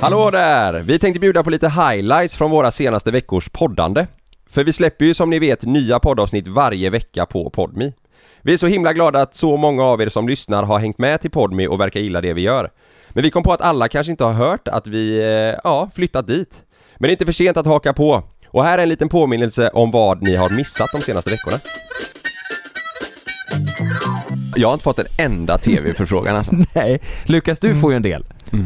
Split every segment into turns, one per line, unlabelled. Hallå där! Vi tänkte bjuda på lite highlights från våra senaste veckors poddande. För vi släpper ju som ni vet nya poddavsnitt varje vecka på Podmi. Vi är så himla glada att så många av er som lyssnar har hängt med till Podmi och verkar gilla det vi gör. Men vi kom på att alla kanske inte har hört att vi, eh, ja, flyttat dit. Men det är inte för sent att haka på. Och här är en liten påminnelse om vad ni har missat de senaste veckorna. Jag har inte fått en enda TV-förfrågan alltså.
Nej, Lukas
Mm.
du får ju en del.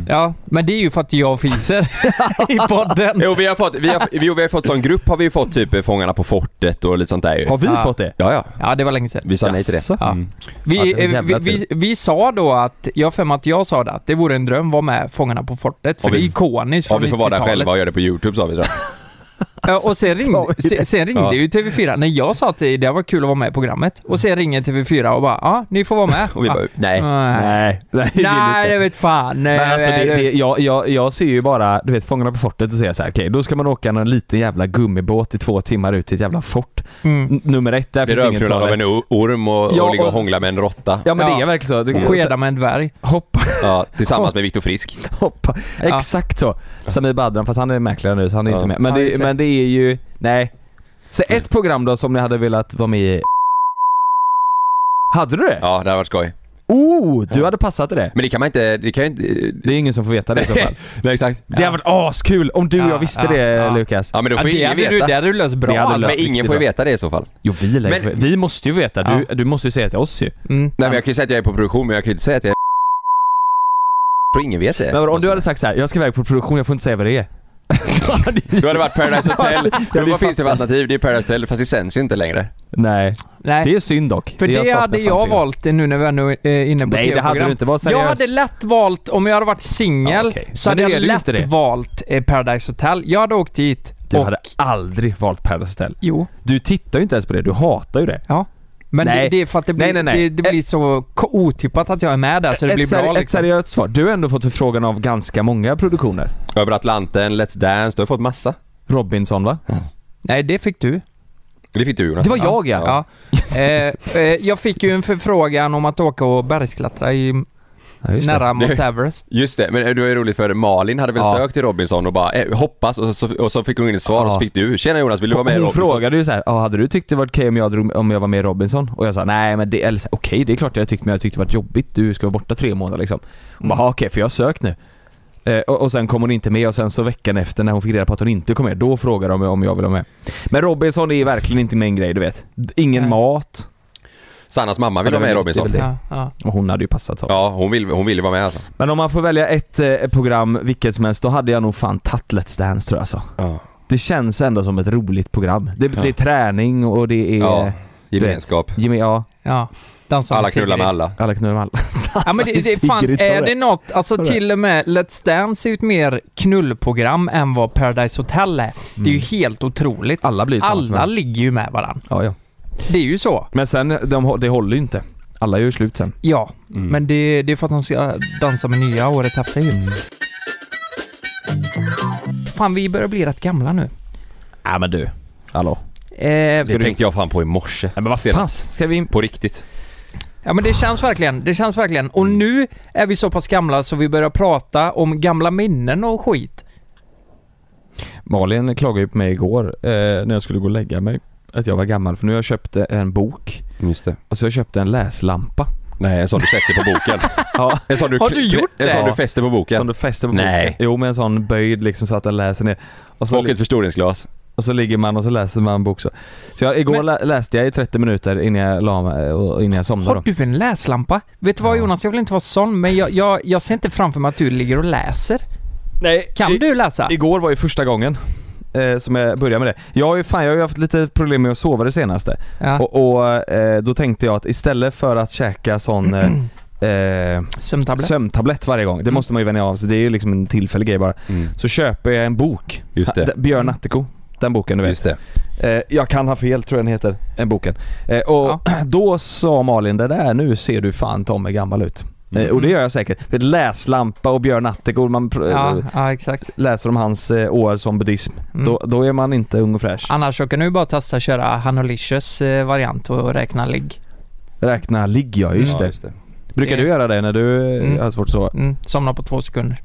Ja, men det är ju för att jag fiser i podden.
Jo vi har fått, vi har, jo, vi har fått sån grupp har vi ju fått typ eh, Fångarna på fortet och lite sånt där ju.
Har vi
Ja.
fått det?
Ja, ja.
Ja, det var länge sedan.
Vi sa nej till det. Mm.
Jaså?
Ja.
Ja,
Vi,
det är en
eh, vi,
jävla
vi, vi sa då att, jag har för mig att jag sa det, att det vore en dröm att vara med Fångarna på fortet, för
Om vi-
det är ikoniskt
Ja,
från
vi får vara där
90-talet.
själva och göra det på YouTube sa vi tror jag.
Ja, och sen, ring,
sa vi
sen, sen ringde
Ja.
ju TV4, när jag sa att det det var kul att vara med i programmet, och sen ringer TV4 och bara ja, ni får vara med.
Och vi bara, nej.
nej.
Nej, nej, det vill
Nej,
inte.
det vet fan. Nej,
Men alltså det,
nej, nej.
det, jag, jag, jag ser ju bara, du vet Fångarna på fortet och säger så här, okej då ska man åka någon liten jävla gummibåt i två timmar ut till ett jävla fort.
Mm.
N- nummer ett, där
Blir
finns ingen
rövknullad av
toalett.
en o- orm och,
Ja,
och ligga och
och-
hångla med en råtta.
Ja men det
Ja.
är verkligen så. Det,
Och skeda med en dvärg.
hoppa,
Ja, tillsammans med Viktor Frisk.
hoppa.
Ja.
Exakt så. Samir Badran, fast han är mäklare nu så han är
Ja.
inte med. Men
Ja,
det,
exakt.
men det är ju, nej. Så ett program då som ni hade velat vara med i Hade du det?
Ja, det hade varit skoj.
Oh, du hade passat i det.
Men det kan man inte, det kan ju inte... eh,
Det är ingen som får veta det i så fall.
Nej exakt.
Det hade varit askul om du och jag visste
Ja,
det
ja.
Lukas.
Ja men då
Ja,
får
det
ingen
hade du,
veta.
det hade du löst bra.
Det hade
alltså.
Men ingen får ju veta det i så fall.
Jo vi, lär ju
Men-
få- vi måste ju veta, du, du måste ju säga till oss ju.
Mm.
Nej men jag kan ju säga att jag är på produktion men jag kan ju inte säga att jag är och ingen vet det.
Men vadå, om du hade sagt så här, jag ska iväg på produktion, jag får inte säga vad det är.
Du hade varit Paradise Hotel.
Ja,
Men
det
vad finns det
fattar.
för alternativ? Det är Paradise Hotel fast det sänds ju inte längre.
Nej,
Nej.
det är synd dock.
För det,
saknar
hade
fan
jag
program.
valt nu när vi ändå är inne på
Nej det hade
TV-program.
du inte, var seriös.
Jag hade lätt valt, om jag hade varit singel,
Ja, okej.
så
Men
hade
det är
jag
du
lätt
inte det.
valt eh, Paradise Hotel. Jag hade åkt dit
Du
och...
hade aldrig valt Paradise Hotel.
Jo.
Du tittar ju inte ens på det, du hatar ju det.
Men det,
Nej.
det är för att det blir,
Nej, nej, nej.
Det, det blir så ko- otippat att jag är med där så det
ett,
blir
seri-
bra
ett
liksom.
seriöst svar. Du har ändå fått förfrågan av ganska många produktioner.
Över Atlanten, Let's Dance, du har fått massa.
Robinson va?
Nej, det fick du.
Det fick du Jonas.
Det var jag ja.
Ja. eh, eh, jag fick ju en förfrågan om att åka och bergsklättra i
Ja, just det.
nära Mount
Det-
Everest.
Just det, men det var ju roligt för Malin hade väl
Ja.
sökt till Robinson och bara eh, hoppas och så, och så fick hon inget svar och så
Ja.
fick du Tjena Jonas, vill du vara med i
Hon
Robinson?
frågade ju såhär, ah, hade du tyckt det varit okej om, jag drog, om jag var med i Robinson? Och jag sa nej men det, eller så här, okej det är klart jag tyckte men jag tyckte det varit jobbigt, du ska vara borta tre månader liksom. Hon bara, "Ah, okej för jag har sökt nu. Eh, och, och sen kom hon inte med och sen så veckan efter när hon fick reda på att hon inte kom med, då frågade de om jag ville vara med. Men Robinson är ju verkligen inte min grej du vet. Ingen
Nej.
mat,
Sannas mamma vill
Ja, det
vara med i
är väl- det är
Robinson.
väl det.
Ja, ja.
och hon hade ju passat så.
Ja, hon vill, hon vill vara med alltså.
Men om man får välja ett eh, program, vilket som helst, då hade jag nog fan tagit Let's Dance tror jag alltså.
Ja.
Det känns ändå som ett roligt program. Det,
Ja.
det är träning och det är...
ja.
Ja.
Gemenskap.
ja,
ja. Dansa
Alla
med Sigrid.
knullar med alla.
alla knullar med alla.
Ja men det, det är fan,
Sigrid sa
är
det.
det något, alltså
Sa det?
till och med Let's Dance är ju ett mer knullprogram än vad Paradise Hotel är. Det är ju
Mm.
helt otroligt.
Alla blir ju tillsammans
Alla
med-
ligger ju med varandra.
ja, ja.
Det är ju så.
Men sen, de, det håller ju inte. Alla gör ju slut sen.
Ja,
Mm.
men det, det är för att de ska dansa med nya året efter ju.
Mm.
Fan, vi börjar bli rätt gamla nu.
Nej men du. Hallå.
Eh,
Det tänkte jag fan på i morse.
Nej men vad fan ska vi...
På riktigt.
ja men det känns verkligen, det känns verkligen. Och
Mm.
nu är vi så pass gamla så vi börjar prata om gamla minnen och skit.
Malin klagade ju på mig igår eh, när jag skulle gå och lägga mig. Att jag var gammal för nu har jag köpt eh, en bok
Just det.
och så har jag köpt en läslampa.
Nej, en sån du sätter på boken.
Ja.
En sån du,
Har du gjort
En sån
det?
du fäster på
Som
boken.
du fäster på
Nej.
boken. Jo med en sån böjd liksom så att den läser ner. Och så,
Och ett förstoringsglas.
och så ligger man och så läser man en bok så. Så jag, igår
Men-
lä- läste jag i 30 minuter innan jag la mig eh, och innan jag somnade
Har
då.
du en läslampa? Vet du vad
Ja.
Jonas, jag vill inte vara sån, men jag, jag, jag ser inte framför mig att du ligger och läser.
Nej,
Kan du läsa?
Ah. Igår var ju första gången eh, som jag började med det. Jag har ju fan, jag har ju haft lite problem med att sova det senaste.
Ah.
Ja,
Och, och eh, då tänkte jag att istället för att käka sån eh, eh,
sömntablett.
sömntablett varje gång, det
Mm.
måste man ju vänja av sig, det är ju liksom en tillfällig grej bara. Så köper jag en bok.
Just Mm. det. Mm.
Ha- Björn Attiko. Den boken du vet.
Just det.
Eh, jag kan ha fel tror jag den heter, den boken. Eh, och
Ja.
då sa Malin det där nu ser du fan ta mig gammal ut. Eh, och det
Mm.
gör jag säkert. Det är läslampa och Björn Attiko, man pr- eh,
Ja, ja, exakt.
läser om hans eh, år som buddhism,
Mm. Ah.
då, då är man inte ung och fräsch.
Annars så kan du ju bara testa att köra Hanolicious eh, variant och räkna ligg.
Räkna ligg ja, just
Ja,
det.
just det.
Brukar
Det-
du göra det när du eh,
Mm.
har svårt att sova?
Mm, somna på två sekunder.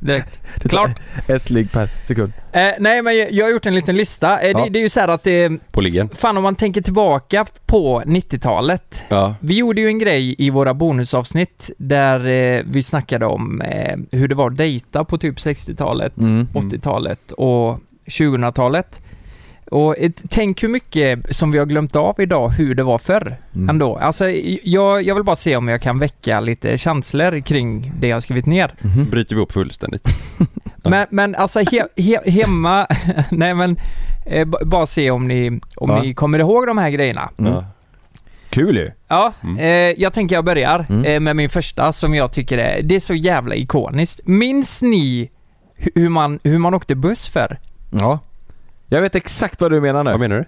direkt.
Det tar
Klart.
Ett ligg per sekund.
Eh, nej men jag jag har gjort en liten lista. Eh,
Ja.
det, det är ju så här att, eh,
på liggen.
fan om man tänker tillbaka på 90-talet.
Ja.
Vi gjorde ju en grej i våra bonusavsnitt där eh, vi snackade om eh, hur det var att dejta på typ 60-talet,
Mm.
80-talet och 2000-talet. Och ett, tänk hur mycket som vi har glömt av idag hur det var förr
Mm.
ändå. Alltså j- jag, jag vill bara se om jag kan väcka lite känslor kring det jag har skrivit ner.
Mhm.
Bryter vi upp fullständigt. Ja.
Men, men alltså he, he, hemma, nej men eh, b- bara se om ni, om
Ja.
ni kommer ihåg de här grejerna.
Mm.
Ja.
Kul ju!
Ja,
Mm.
eh, jag tänker jag börjar
Mm.
eh, med min första som jag tycker är, det är så jävla ikoniskt. Minns ni hu- hur man, hur man åkte buss för?
Ja. Jag vet exakt vad du menar nu.
Vad menar du?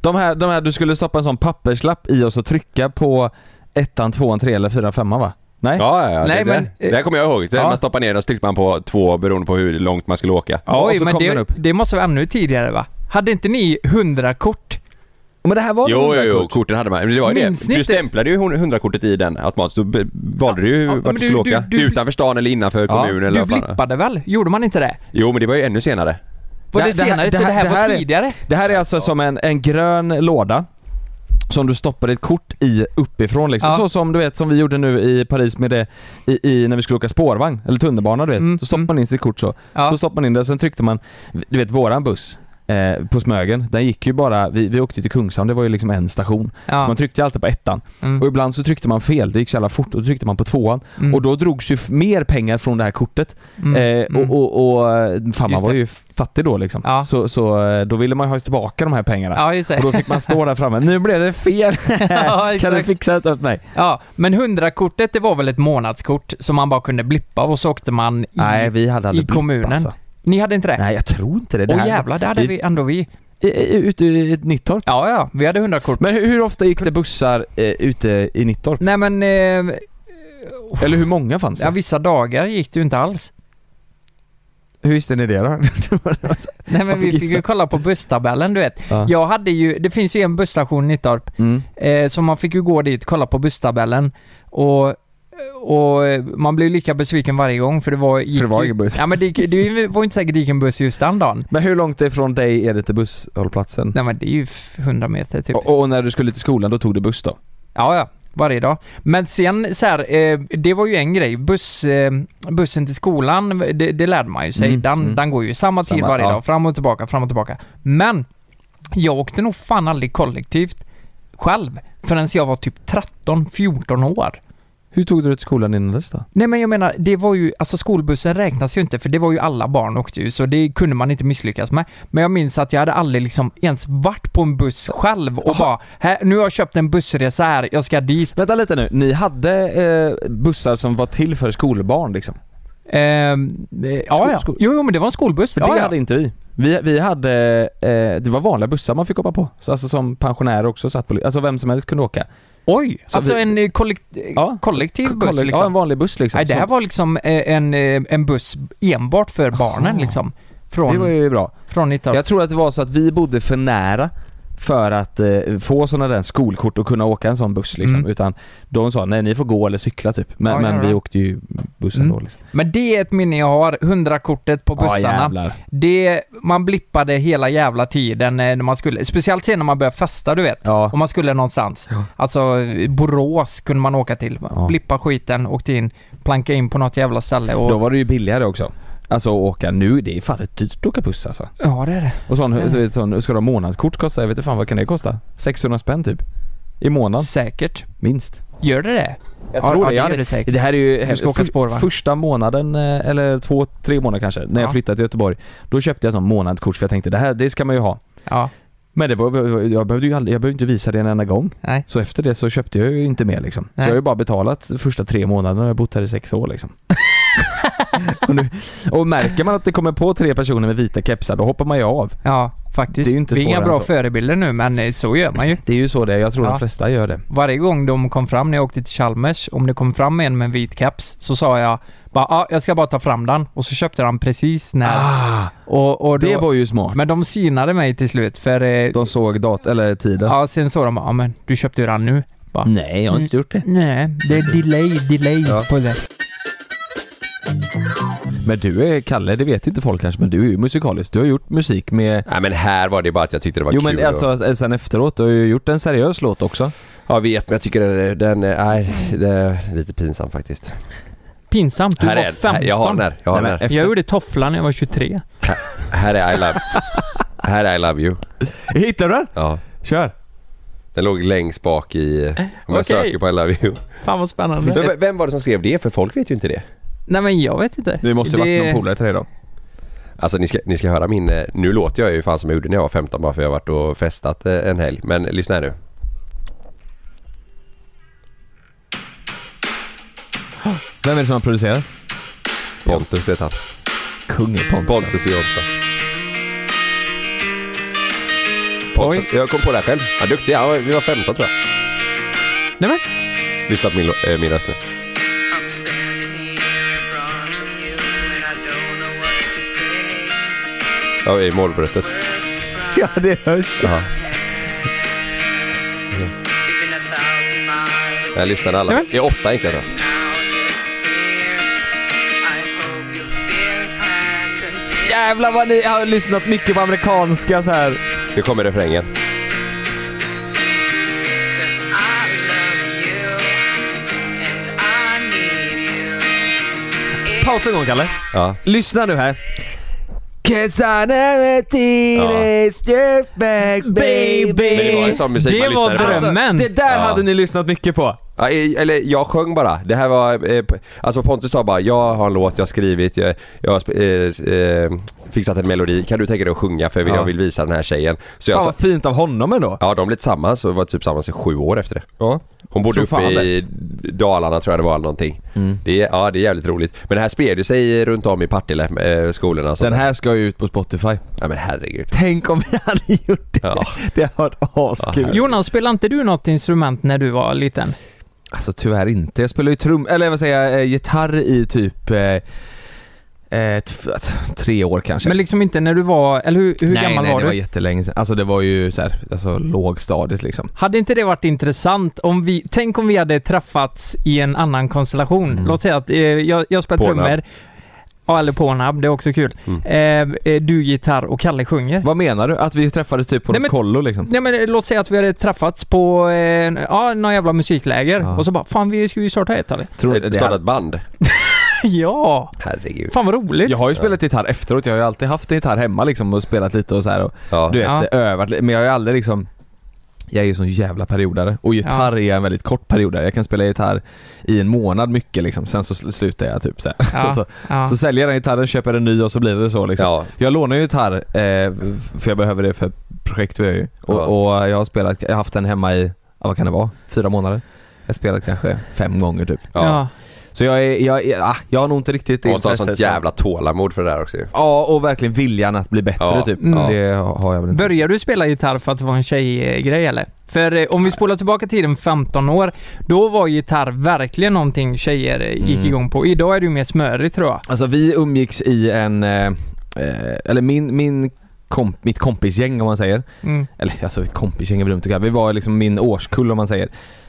De här, de här du skulle stoppa en sån papperslapp i och så trycka på ettan, tvåan, trean eller fyran, femman va? Nej?
Ja, ja, ja.
Eh? Nej,
det,
men-
där. det där kommer jag ihåg. Det,
Ja.
Man stoppade ner den och så tryckte man på två beroende på hur långt man skulle åka.
Ja, och
Oj,
så
men
kom den
det,
upp.
det måste vara ännu tidigare va? Hade inte ni 100 kort?
Men det här var
Jo, jo,
väl
jo,
hundrakort?
korten hade man. Men det var ju
Minns
det.
ni
Du
inte?
stämplade ju hon- hundrakortet i den automatiskt. Då be- valde du ju
Ja, men
vart du
du-
skulle åka.
du- du-
Utanför stan eller innanför
Ja,
kommunen eller
Du
vad fan.
blippade väl? Gjorde man inte det?
Jo, men det var ju ännu senare.
Var det,
Det- det här-
senare?
det
så
här-
det här,
det här
var
är-
tidigare?
Det här är alltså som en, en grön låda som du stoppar ett kort i uppifrån liksom.
Ja.
Så som du vet som vi gjorde nu i Paris med det i, i när vi skulle åka spårvagn eller tunnelbana du vet.
Mm,
Så stoppar
mm.
man in sitt kort så.
Ja.
Så stoppade man in det, sen tryckte man, du vet våran buss eh, på Smögen, den gick ju bara, vi, vi åkte ju till Kungshamn, det var ju liksom en station. Så
ja.
man tryckte ju alltid på ettan.
Mm.
Och ibland så tryckte man fel, det gick så jävla fort, och då tryckte man på tvåan.
Mm.
Och då drogs ju f- mer pengar från det här kortet.
Mm.
Eh, och, och, och eh, fan man
Just
var
det.
ju f- fattig då liksom.
Ja.
Så, så eh, då ville man ju ha tillbaka de här pengarna.
Ja, just
Och
det.
då fick man stå där framme, nu blev det fel!
Ja,
kan du
exakt.
fixa det åt mig?
Ja, men 100-kortet det var väl ett månadskort som man bara kunde blippa och så åkte man i...
Nej vi hade aldrig
i
blipp,
kommunen.
Alltså.
Ni hade inte det?
Nej jag tror inte det. det
Åh
här-
jävlar, det hade
i-
vi ändå vi.
i- i- Ute i ett Nittorp.
Ja, ja, vi hade 100-kort.
Men hur, hur ofta gick det bussar eh, ute i Nittorp?
Nej men, eh,
Eller hur många fanns det?
ja, vissa dagar gick det ju inte alls.
Hur visste ni det då?
Nej men
Jag fick
vi fick
gissa.
ju kolla på busstabellen du vet.
Ja.
Jag hade ju, det finns ju en busstation i Nittorp,
Mm.
eh, så man fick ju gå dit, kolla på busstabellen och och eh, man blev lika besviken varje gång för det var... Gick
det var
ju-
ingen buss.
Ja men det, gick- det var ju inte säkert det gick en buss just den dagen.
Men hur långt ifrån dig är det till busshållplatsen?
Nej men det är ju f- 100 meter typ.
Och, och när du skulle till skolan då tog du buss då?
Ja, ja. Varje dag. Men sen så här, eh, det var ju en grej. Buss, eh, bussen till skolan, det, det lärde man ju sig.
Mm,
den,
mm.
den går ju samma tid
Samma,
varje
ja.
dag. Fram och tillbaka, fram och tillbaka. Men jag åkte nog fan aldrig kollektivt själv förrän jag var typ 13-14 år.
Hur tog du dig till skolan innan dess då?
Nej men jag menar, det var ju, alltså skolbussen räknas ju inte för det var ju alla barn åkte ju så det kunde man inte misslyckas med. Men jag minns att jag hade aldrig liksom ens varit på en buss själv och bara, här, nu har jag köpt en bussresa här, jag ska dit.
Vänta lite nu, ni hade eh, bussar som var till för skolbarn liksom?
Ehm, eh, ja, ja.
skol-
Jo, jo, men det var en skolbuss.
För
ja,
det
ja.
hade inte vi. Vi, vi hade, eh, det var vanliga bussar man fick hoppa på. Så, alltså som pensionärer också satt på, alltså vem som helst kunde åka.
Oj,
Så
alltså
vi-
en eh, kollekt- eh,
Ja.
kollektiv buss
Kolla-
liksom.
Ja en vanlig buss liksom.
Nej, det här var liksom eh, en, eh, en buss enbart för barnen
Aha.
liksom.
så, det
Från,
var ju bra.
från Nittorp.
Jag tror att det var så att vi bodde för nära för att eh, få sådana där skolkort och kunna åka en sån buss liksom.
Mm.
Utan de sa nej ni får gå eller cykla typ. Men,
Ja,
men
jävlar.
vi åkte ju bussen
Mm.
då liksom.
Men det är ett minne jag har, 100-kortet på bussarna.
jävlar.
det, man blippade hela jävla tiden eh, när man skulle, speciellt sen när man började festa du vet.
Ja.
Om man skulle någonstans. Alltså eh, Borås kunde man åka till.
Ja.
Blippa skiten, åkte in, planka in på något jävla ställe och...
Då var det ju billigare också. Alltså att åka nu, det är fan rätt dyrt att åka buss alltså.
Ja det är det.
Och sån,
Mm.
du vet, sån ska du ha månadskort kosta? Jag vet inte fan vad kan det kosta? 600 spänn typ? I månaden,
Säkert.
minst.
Gör det det?
Jag
Ja,
tror det.
ja,
Jag
det gör
hade,
det säkert.
det här är ju
Du ska åka
för-
spårvagn.
första månaden, eh, eller två, tre månader kanske, när jag
Ja.
flyttade till Göteborg. Då köpte jag sån månadskort för jag tänkte det här, det ska man ju ha.
Ja.
Men det var, jag behövde ju aldrig, jag behövde inte visa det en enda gång.
Nej.
Så efter det så köpte jag ju inte mer liksom. Så
Nej.
jag har ju bara betalat de första tre månaderna och jag har bott här i sex år liksom. och, nu, och märker man att det kommer på tre personer med vita kepsar, då hoppar man ju av.
Ja, faktiskt.
Det är ju inte
vi är inga
svårare
bra
än så.
förebilder nu, men eh, så gör man ju.
Det är ju så det är, jag tror
Ja.
de flesta gör det.
Varje gång de kom fram när jag åkte till Chalmers, om det kom fram en med en vit keps, så sa jag bara ah, jag ska bara ta fram den. Och så köpte han precis när.
Ah,
och, och då,
det var ju smart.
Men de synade mig till slut för... Eh,
De såg dat- eller tiden.
ja, sen sa de bara, ah, men du köpte ju den nu.
Nej, jag har inte gjort det.
Nej, det är delay, delay
Ja.
på det.
Men du är, Kalle, det vet inte folk kanske, men du är ju musikalisk. Du har gjort musik med...
Nej men här var det bara att jag tyckte det var
Jo
kul.
men
och-
alltså sen efteråt, du har ju gjort en seriös låt också.
Jag vet men jag tycker den, den nej, det är lite pinsam faktiskt.
Pinsamt, du
här
var
är den. Här-
15.
Jag har den här. Jag, har den här.
efter-
Jag gjorde tofflan när jag var 23.
här är I love. här är I love you.
Hittar du den?
Ja.
Kör!
Den låg längst bak i... Om
Okej.
jag söker på I love you.
Fan vad spännande.
Men v- vem var det som skrev det? För folk vet ju inte det.
Nej men jag vet inte.
Det måste ju varit
Det-
någon polare till dig då.
Alltså ni ska, ni ska höra min... eh, Nu låter jag ju fan som jag gjorde när jag var 15 bara för jag har varit och festat eh, en helg. Men lyssna här nu.
Vem är det som har producerat?
Pontus heter han.
Kungen Pontus.
Pontus i Jobbsta. Pontus. Jag kom på det här själv. Ja, duktig. Ja, vi var 15 tror jag.
Nej men,
Lyssna på min, lo- eh, min röst nu.
I'm standing here in front of you and I don't know what to
Ja, i
say.
målbrottet.
Words from
Ja, det hörs.
Ja.
even a thousand miles away.
Jag lyssnade alla.
Nämen.
Det är åtta inte jag tror.
Now you're here. I hope you feel as nice and deep.
Jävlar vad ni har lyssnat mycket på amerikanska så här.
Nu kommer refrängen.
'Cause I love you and I need you.
Paus en gång Kalle.
Ja.
Lyssna nu här. Cause I never teenage just back
Men det var
baby.
en sån musik
det
man
var
lyssnade på.
Alltså,
drömmen.
det där
Ja.
hade ni lyssnat mycket på.
Ja, eh, eller jag sjöng bara. Det här var... Eh, p- alltså Pontus sa bara jag har en låt, jag har skrivit, jag, jag har sp- eh, s- eh, fixat en melodi. Kan du tänka dig att sjunga för
Ja.
jag vill visa den här tjejen. Så jag
Fan
sa...
vad fint av honom ändå.
Ja, de blev tillsammans och var typ tillsammans i sju år efter det.
Ja.
Hon bodde
Så
uppe
fan
i Dalarna tror jag det var eller någonting.
Mm.
Det, är- ja, det är jävligt roligt. Men det här spred ju sig runt om i Partille, eh, skolorna. Så
Den här ska ju ut på Spotify.
Ja men herregud.
Tänk om vi hade gjort det.
Ja.
Det hade varit askul.
Jonas, spelade inte du något instrument när du var liten?
Alltså tyvärr inte. Jag spelar ju trum, eller vad säger jag, eh, gitarr i typ eh, eh, tf- t- tre år kanske.
Men liksom inte när du var, eller hur, hur
nej,
gammal
nej,
var
det
du?
var jättelänge sedan. Alltså det var ju så här, alltså lågstadiet liksom.
Hade inte det varit intressant om vi, tänk om vi hade träffats i en annan konstellation.
Mm.
Låt säga att eh, jag, jag spelar
Pornhub.
trummor. Ja, eller Pornhub, det är också kul.
Mm.
Eh, eh, du gitarr och Kalle sjunger.
Vad menar du? Att vi träffades typ på
Nej,
något
men-
kollo liksom?
Nej men eh, låt säga att vi hade träffats på, eh, ja, någon jävla musikläger
Ja.
och så bara fan vi ska ju starta ett eller?
Tror,
Ett
Eh, det
startat band.
ja!
Herregud.
Fan vad roligt!
jag har ju spelat gitarr efteråt, jag har ju alltid haft en gitarr hemma liksom och spelat lite och så här och
Ja.
du vet, eh,
Ja.
övat lite. Men jag har ju aldrig liksom jag är ju sån jävla periodare och gitarr är en väldigt kort periodare. Jag kan spela gitarr i en månad mycket liksom, sen så sl- slutar jag typ så, här.
Ja.
så
Ja.
Så säljer jag den gitarren, köper en ny och så blir det så liksom.
ja.
Jag lånar ju gitarr, eh, för jag behöver det för projekt vi har ju. Och,
Ja.
och jag har spelat, jag har haft den hemma i, ja, vad kan det vara, fyra månader? Jag har spelat kanske fem gånger typ.
ja.
ja.
Så jag är, jag, är, ah, jag har nog inte riktigt
Man måste ha sånt
intresset.
jävla tålamod för det där också ju.
Ja, och verkligen viljan att bli bättre
Ja.
typ.
Mm.
Det har jag väl inte.
Började du spela gitarr för att det var en tjejgrej eller? För eh, om vi spolar tillbaka tiden 15 år, då var gitarr verkligen någonting tjejer eh, gick
Mm.
igång på. Idag är det ju mer smörigt tror jag.
Alltså vi umgicks i en, eh, eh, eller min, min komp, mitt kompisgäng om man säger.
Mm.
eller alltså kompisgäng är väl dumt att kalla Vi var liksom min årskull om man säger.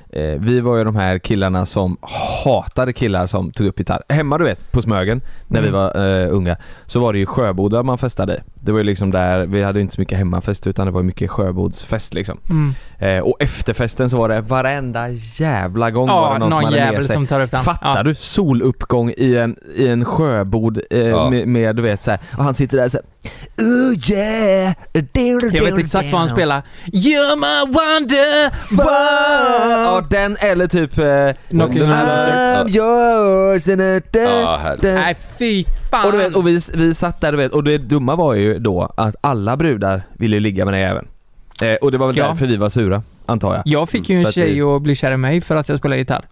Eh, vi var ju de här killarna som hatade killar som tog upp gitarr. Hemma du vet, på Smögen, när vi
Mm.
var eh, unga, så var det ju Sjöboda man festade i. Det var ju liksom där, vi hade ju inte så mycket hemmafest utan det var ju mycket Sjöbodsfest liksom.
Mm.
Eh, och efterfesten så var det varenda jävla gång var
Ja,
det någon, som
någon
hade med
jävel
sig.
som tar upp den.
Fattar
ja.
du? Soluppgång i en, i en sjöbod eh,
Ja.
med, med du vet såhär, och han sitter där såhär Oh yeah!
Jag vet exakt vad han spelar.
Mm.
You're my wonder
Ja,
world.
den eller typ... Eh,
Knocking on the
door.
I'm yours and a
Ja, herregud.
Nej fy fan.
och du vet, och vi, vi satt där du vet, och det dumma var ju då att alla brudar ville ju ligga med den även. Eh, och det var väl
Ja.
därför vi var sura, antar jag.
Jag fick ju
Mm,
en
för att
tjej att bli kär i mig för att jag spelade gitarr.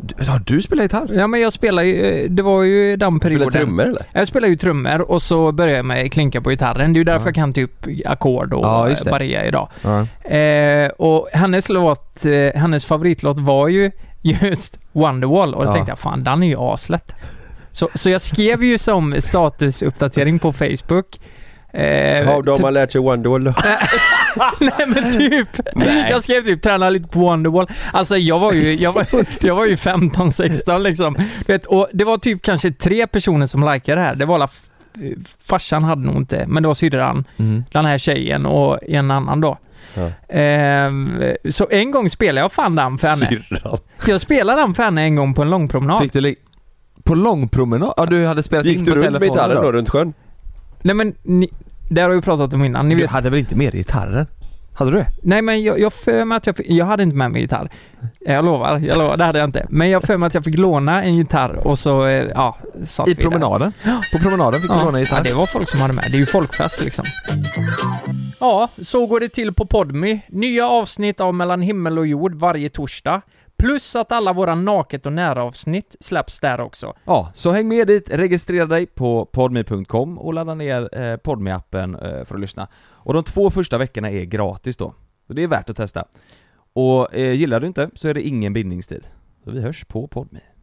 Du, har du spelat gitarr?
Ja men jag spelade ju, eh, det var ju den
Spelar
perioden.
trummor eller?
Jag spelar ju trummor och så börjar jag med klinka på gitarren. Det är ju därför
Ja.
jag kan typ ackord och
Ja, just det.
barré idag.
Ja.
Eh, och hennes låt, eh, hennes favoritlåt var ju just Wonderwall och då
Ja.
tänkte jag fan den är ju aslätt. Så, så jag skrev ju som statusuppdatering på Facebook. Eh,
lärt sig Wonderwall
Nej men typ.
Nej.
Jag skrev typ träna lite på Wonderwall. Alltså jag var ju, jag var, jag var ju 15, 16 liksom. Du vet, och det var typ kanske tre personer som likade det här. Det var alla f- farsan hade nog inte, men det var syrran,
Mm.
den här tjejen och en annan då.
Ja.
Ehm, så en gång spelade jag fan den för henne.
Syrran.
Jag spelade den för henne en gång på en långpromenad.
Fick du li- På långpromenad? Ja du hade spelat
Gick
in
du
på
runt med
telefonen
gitarren då runt sjön?
Nej men, ni, det har jag ju pratat om innan. Ni
Du
vet,
hade väl inte med dig gitarren? Hade du det?
nej men jag, jag för mig att jag fick, jag hade inte med mig gitarr. Jag lovar, jag lovar, det hade jag inte. Men jag för mig att jag fick låna en gitarr och så, eh, ja, satt
I
vi där.
promenaden? På promenaden fick du
Ja.
låna
ja,
gitarren?
det var folk som hade med. Det är ju folkfest liksom. Ja, så går det till på Podmy. Nya avsnitt av Mellan himmel och jord varje torsdag. Plus att alla våra naket och nära avsnitt släpps där också.
Ja, så häng med dit, registrera dig på podme.com och ladda ner eh, podme appen eh, för att lyssna. Och de två första veckorna är gratis då, så det är värt att testa. Och eh, gillar du inte så är det ingen bindningstid. Så vi hörs på podme.